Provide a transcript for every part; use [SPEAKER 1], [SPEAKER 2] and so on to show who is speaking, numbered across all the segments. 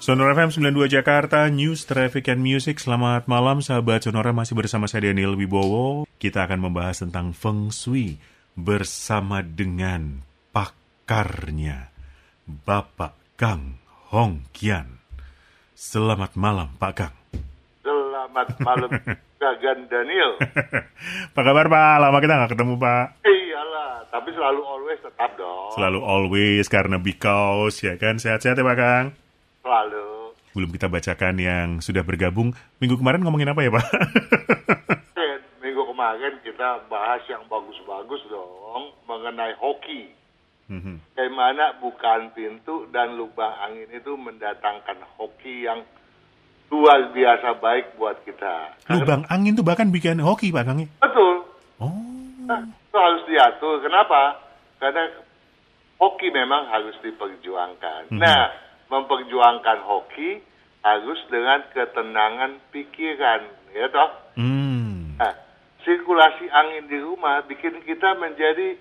[SPEAKER 1] Sonora FM 92 Jakarta, News Traffic and Music. Selamat malam sahabat Sonora, masih bersama saya Daniel Wibowo. Kita akan membahas tentang Feng Shui bersama dengan pakarnya, Bapak Kang Hong Kian. Selamat malam Pak Kang.
[SPEAKER 2] Selamat malam Kagan Daniel.
[SPEAKER 1] Apa kabar Pak? Lama kita nggak ketemu Pak.
[SPEAKER 2] Iyalah, tapi selalu always tetap dong.
[SPEAKER 1] Selalu always karena because ya kan. Sehat-sehat ya Pak Kang.
[SPEAKER 2] Selalu.
[SPEAKER 1] Belum kita bacakan yang sudah bergabung. Minggu kemarin ngomongin apa ya Pak?
[SPEAKER 2] Dan minggu kemarin kita bahas yang bagus-bagus dong mengenai hoki.
[SPEAKER 1] Mhm.
[SPEAKER 2] Bagaimana bukaan pintu dan lubang angin itu mendatangkan hoki yang luar biasa baik buat kita.
[SPEAKER 1] Lubang angin tuh bahkan bikin hoki Pak Kang. ya?
[SPEAKER 2] Betul.
[SPEAKER 1] Oh.
[SPEAKER 2] Nah, itu harus diatur. Kenapa? Karena hoki memang harus diperjuangkan. Nah, memperjuangkan hoki harus dengan ketenangan pikiran, ya toh.
[SPEAKER 1] Hmm.
[SPEAKER 2] Nah, sirkulasi angin di rumah bikin kita menjadi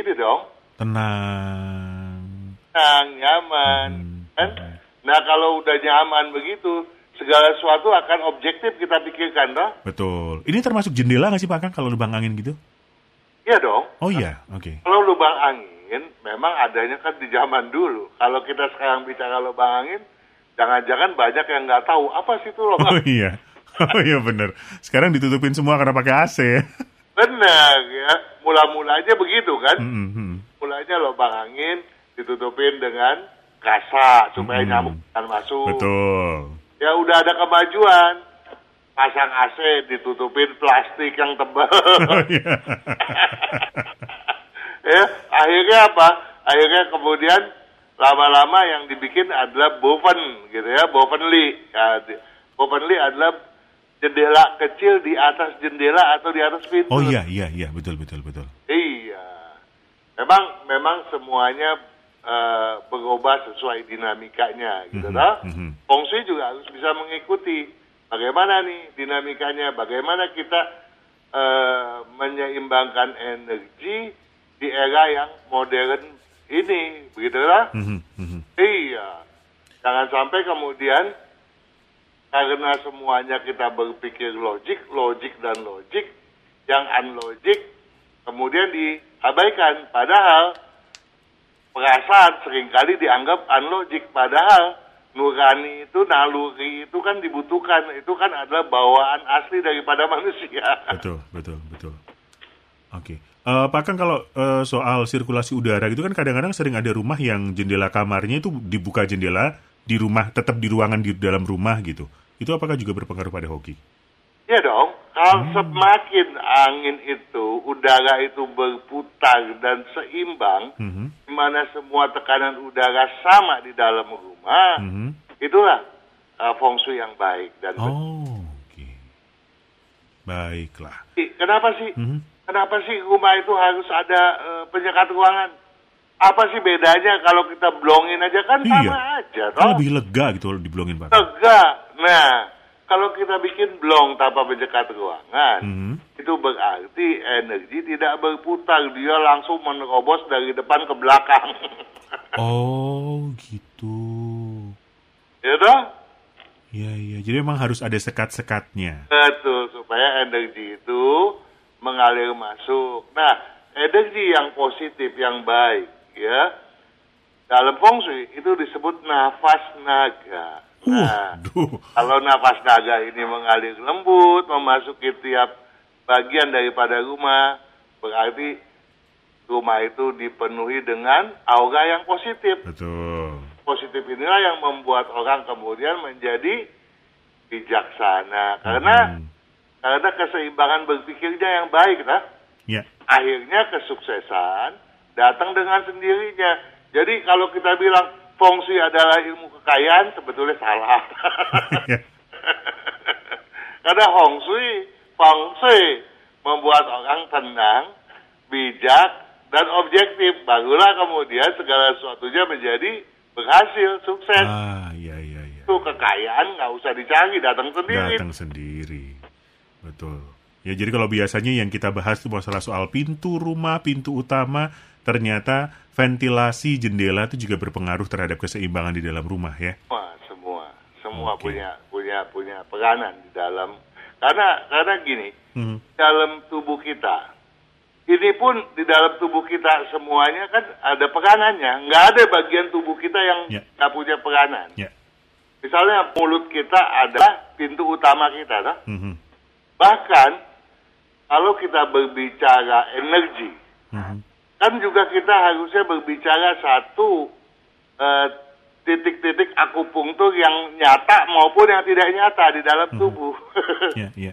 [SPEAKER 2] ini dong,
[SPEAKER 1] Tenang.
[SPEAKER 2] tenang, nyaman,
[SPEAKER 1] Hmm.
[SPEAKER 2] kan? Nah, kalau udah nyaman begitu, segala sesuatu akan objektif kita pikirkan, toh?
[SPEAKER 1] Betul. Ini termasuk jendela nggak sih Pak Kang kalau lubang angin gitu?
[SPEAKER 2] Iya dong.
[SPEAKER 1] Oh iya, oke.
[SPEAKER 2] Kalau lubang angin memang adanya kan di zaman dulu. Kalau kita sekarang bicara lubang angin, jangan-jangan banyak yang nggak tahu apa sih itu
[SPEAKER 1] Oh
[SPEAKER 2] lubang.
[SPEAKER 1] iya. Oh iya bener. Sekarang ditutupin semua karena pakai AC ya.
[SPEAKER 2] Benar ya. Mula-mulanya begitu kan.
[SPEAKER 1] Mm, mm.
[SPEAKER 2] Mulanya lubang angin ditutupin dengan kasa supaya
[SPEAKER 1] Hmm.
[SPEAKER 2] nyamuk kan masuk.
[SPEAKER 1] Betul.
[SPEAKER 2] Ya udah ada kemajuan. Pasang AC ditutupin plastik yang tebal.
[SPEAKER 1] Oh iya.
[SPEAKER 2] ya, akhirnya apa? Akhirnya kemudian lama-lama yang dibikin adalah boven gitu ya, bovenly. Ya, di- bovenly adalah jendela kecil di atas jendela atau di atas pintu.
[SPEAKER 1] Oh iya, iya, iya, betul, betul, betul.
[SPEAKER 2] Iya. Memang memang semuanya eh, berubah sesuai dinamikanya
[SPEAKER 1] Mhm,
[SPEAKER 2] gitu toh.
[SPEAKER 1] mhm.
[SPEAKER 2] Feng Shui juga harus bisa mengikuti bagaimana nih dinamikanya, bagaimana kita eh, menyeimbangkan energi di era yang modern ini, begitu toh.
[SPEAKER 1] Mhm, mhm.
[SPEAKER 2] Iya. Jangan sampai kemudian karena semuanya kita berpikir logik, logik dan logik, yang unlogik kemudian diabaikan. Padahal perasaan seringkali dianggap unlogik. Padahal nurani itu, naluri itu kan dibutuhkan. Itu kan adalah bawaan asli daripada manusia.
[SPEAKER 1] Betul, betul, betul. Oke. Eh, Pak Kang kalau eh, soal sirkulasi udara gitu kan kadang-kadang sering ada rumah yang jendela kamarnya itu dibuka jendela di rumah tetap di ruangan di dalam rumah gitu. Itu apakah juga berpengaruh pada hoki?
[SPEAKER 2] Iya dong, kalau semakin angin itu, udara itu berputar dan seimbang,
[SPEAKER 1] Mhm,
[SPEAKER 2] di mana semua tekanan udara sama di dalam rumah,
[SPEAKER 1] mhm.
[SPEAKER 2] itulah uh, feng shui yang baik dan benar.
[SPEAKER 1] Oh, oke. Baiklah.
[SPEAKER 2] Kenapa sih?
[SPEAKER 1] Mhm.
[SPEAKER 2] Kenapa sih rumah itu harus ada uh, penyekat ruangan? Apa sih bedanya kalau kita blongin aja kan
[SPEAKER 1] Iya.
[SPEAKER 2] sama aja,
[SPEAKER 1] Kan
[SPEAKER 2] toh?
[SPEAKER 1] lebih lega gitu kalau diblongin Pak. Kang.
[SPEAKER 2] Tegak. Nah, kalau kita bikin blong tanpa penyekat ruangan,
[SPEAKER 1] Mhm.
[SPEAKER 2] itu berarti energi tidak berputar, dia langsung menerobos dari depan ke belakang.
[SPEAKER 1] Oh, gitu.
[SPEAKER 2] ya toh?
[SPEAKER 1] Iya, iya. Jadi memang harus ada sekat-sekatnya.
[SPEAKER 2] Betul, supaya energi itu mengalir masuk. Nah, energi yang positif, yang baik, ya, dalam feng shui itu disebut nafas naga.
[SPEAKER 1] Uh.
[SPEAKER 2] Nah,
[SPEAKER 1] Waduh.
[SPEAKER 2] kalau nafas naga ini mengalir lembut, memasuki tiap bagian daripada rumah, berarti rumah itu dipenuhi dengan aura yang positif
[SPEAKER 1] Betul.
[SPEAKER 2] positif inilah yang membuat orang kemudian menjadi bijaksana karena
[SPEAKER 1] Hmm.
[SPEAKER 2] karena keseimbangan berpikirnya yang baik nah
[SPEAKER 1] Ya.
[SPEAKER 2] akhirnya kesuksesan datang dengan sendirinya jadi kalau kita bilang fungsi adalah ilmu kekayaan sebetulnya salah
[SPEAKER 1] Ya.
[SPEAKER 2] karena feng shui feng shui membuat orang tenang bijak dan objektif barulah kemudian segala sesuatunya menjadi berhasil sukses
[SPEAKER 1] Ah, iya, iya, iya.
[SPEAKER 2] itu kekayaan nggak usah dicari datang sendiri
[SPEAKER 1] Datang sendiri. Betul. Ya, jadi kalau biasanya yang kita bahas itu masalah soal pintu rumah, pintu utama, ternyata ventilasi jendela itu juga berpengaruh terhadap keseimbangan di dalam rumah ya.
[SPEAKER 2] Wah, semua semua
[SPEAKER 1] Oke.
[SPEAKER 2] punya punya punya peranan di dalam karena karena gini
[SPEAKER 1] Mhm.
[SPEAKER 2] dalam tubuh kita ini pun di dalam tubuh kita semuanya kan ada peranannya nggak ada bagian tubuh kita yang
[SPEAKER 1] Ya.
[SPEAKER 2] nggak punya peranan
[SPEAKER 1] Ya.
[SPEAKER 2] misalnya mulut kita adalah pintu utama kita toh.
[SPEAKER 1] Mhm.
[SPEAKER 2] bahkan kalau kita berbicara energi
[SPEAKER 1] Mhm.
[SPEAKER 2] kan juga kita harusnya berbicara satu eh, titik-titik akupunktur yang nyata maupun yang tidak nyata di dalam tubuh.
[SPEAKER 1] Ya, ya.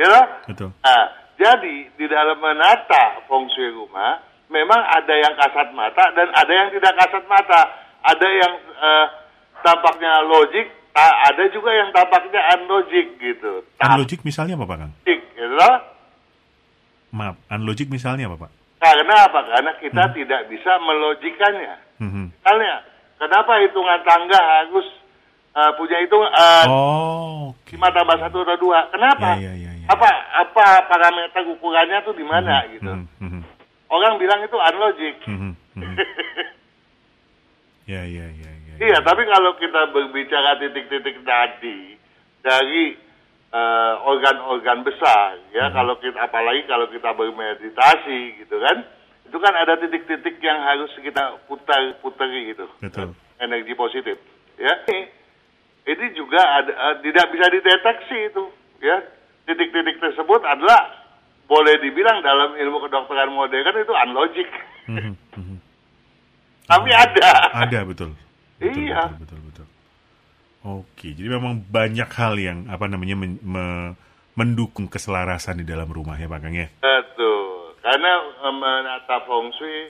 [SPEAKER 2] Ya toh?
[SPEAKER 1] Betul.
[SPEAKER 2] Nah, jadi di dalam menata feng shui rumah memang ada yang kasat mata dan ada yang tidak kasat mata. Ada yang eh, tampaknya logik, ta- ada juga yang tampaknya unlogic gitu. Tapi,
[SPEAKER 1] Unlogic misalnya apa, Pak Kang?
[SPEAKER 2] ya toh?
[SPEAKER 1] Maaf, unlogic misalnya apa, Pak?
[SPEAKER 2] Karena apa? Karena kita tidak bisa melogikannya.
[SPEAKER 1] Mhm.
[SPEAKER 2] Misalnya, kenapa hitungan tangga harus eh, punya hitung eh,
[SPEAKER 1] Oh, oke.
[SPEAKER 2] lima tambah satu atau dua? Kenapa?
[SPEAKER 1] Ya, ya, ya, ya.
[SPEAKER 2] Apa apa parameter ukurannya tuh di mana gitu?
[SPEAKER 1] Mhm, mhm,
[SPEAKER 2] Orang bilang itu unlogic.
[SPEAKER 1] mhm, mhm. Ya, ya, ya, ya. ya.
[SPEAKER 2] Iya, tapi kalau kita berbicara titik-titik tadi dari eh, organ-organ besar, ya
[SPEAKER 1] Hmm.
[SPEAKER 2] kalau kita apalagi kalau kita bermeditasi gitu kan, itu kan ada titik-titik yang harus kita putar-putari gitu.
[SPEAKER 1] Betul.
[SPEAKER 2] Energi positif, ya. Ini, ini juga ada eh, tidak bisa dideteksi itu, ya. Titik-titik tersebut adalah boleh dibilang dalam ilmu kedokteran modern itu unlogic,
[SPEAKER 1] Mhm, mhm.
[SPEAKER 2] tapi ada.
[SPEAKER 1] Ada betul. Betul,
[SPEAKER 2] Iya.
[SPEAKER 1] Betul, betul, betul. Oke, jadi memang banyak hal yang apa namanya men- me- mendukung keselarasan di dalam rumah ya, Pak Kang ya.
[SPEAKER 2] Betul. Karena eh, menata feng shui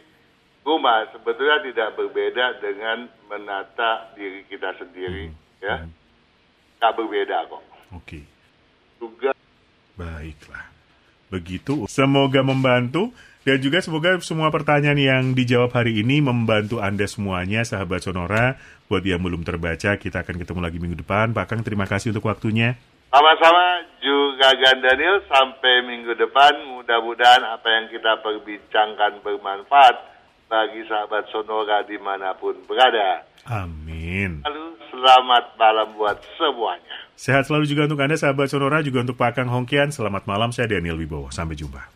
[SPEAKER 2] rumah sebetulnya tidak berbeda dengan menata diri kita sendiri, ya. Tak berbeda kok.
[SPEAKER 1] Oke.
[SPEAKER 2] Juga
[SPEAKER 1] Baiklah. Begitu. Semoga membantu dan juga semoga semua pertanyaan yang dijawab hari ini membantu Anda semuanya, sahabat Sonora. Buat yang belum terbaca, kita akan ketemu lagi minggu depan. Pak Kang, terima kasih untuk waktunya.
[SPEAKER 2] sama-sama juga Daniel sampai minggu depan mudah-mudahan apa yang kita perbincangkan bermanfaat bagi sahabat Sonora dimanapun berada.
[SPEAKER 1] Amin.
[SPEAKER 2] Lalu selamat malam buat semuanya.
[SPEAKER 1] Sehat selalu juga untuk Anda, sahabat Sonora, juga untuk Pak Kang Hongkian. Selamat malam, saya Daniel Wibowo. Sampai jumpa.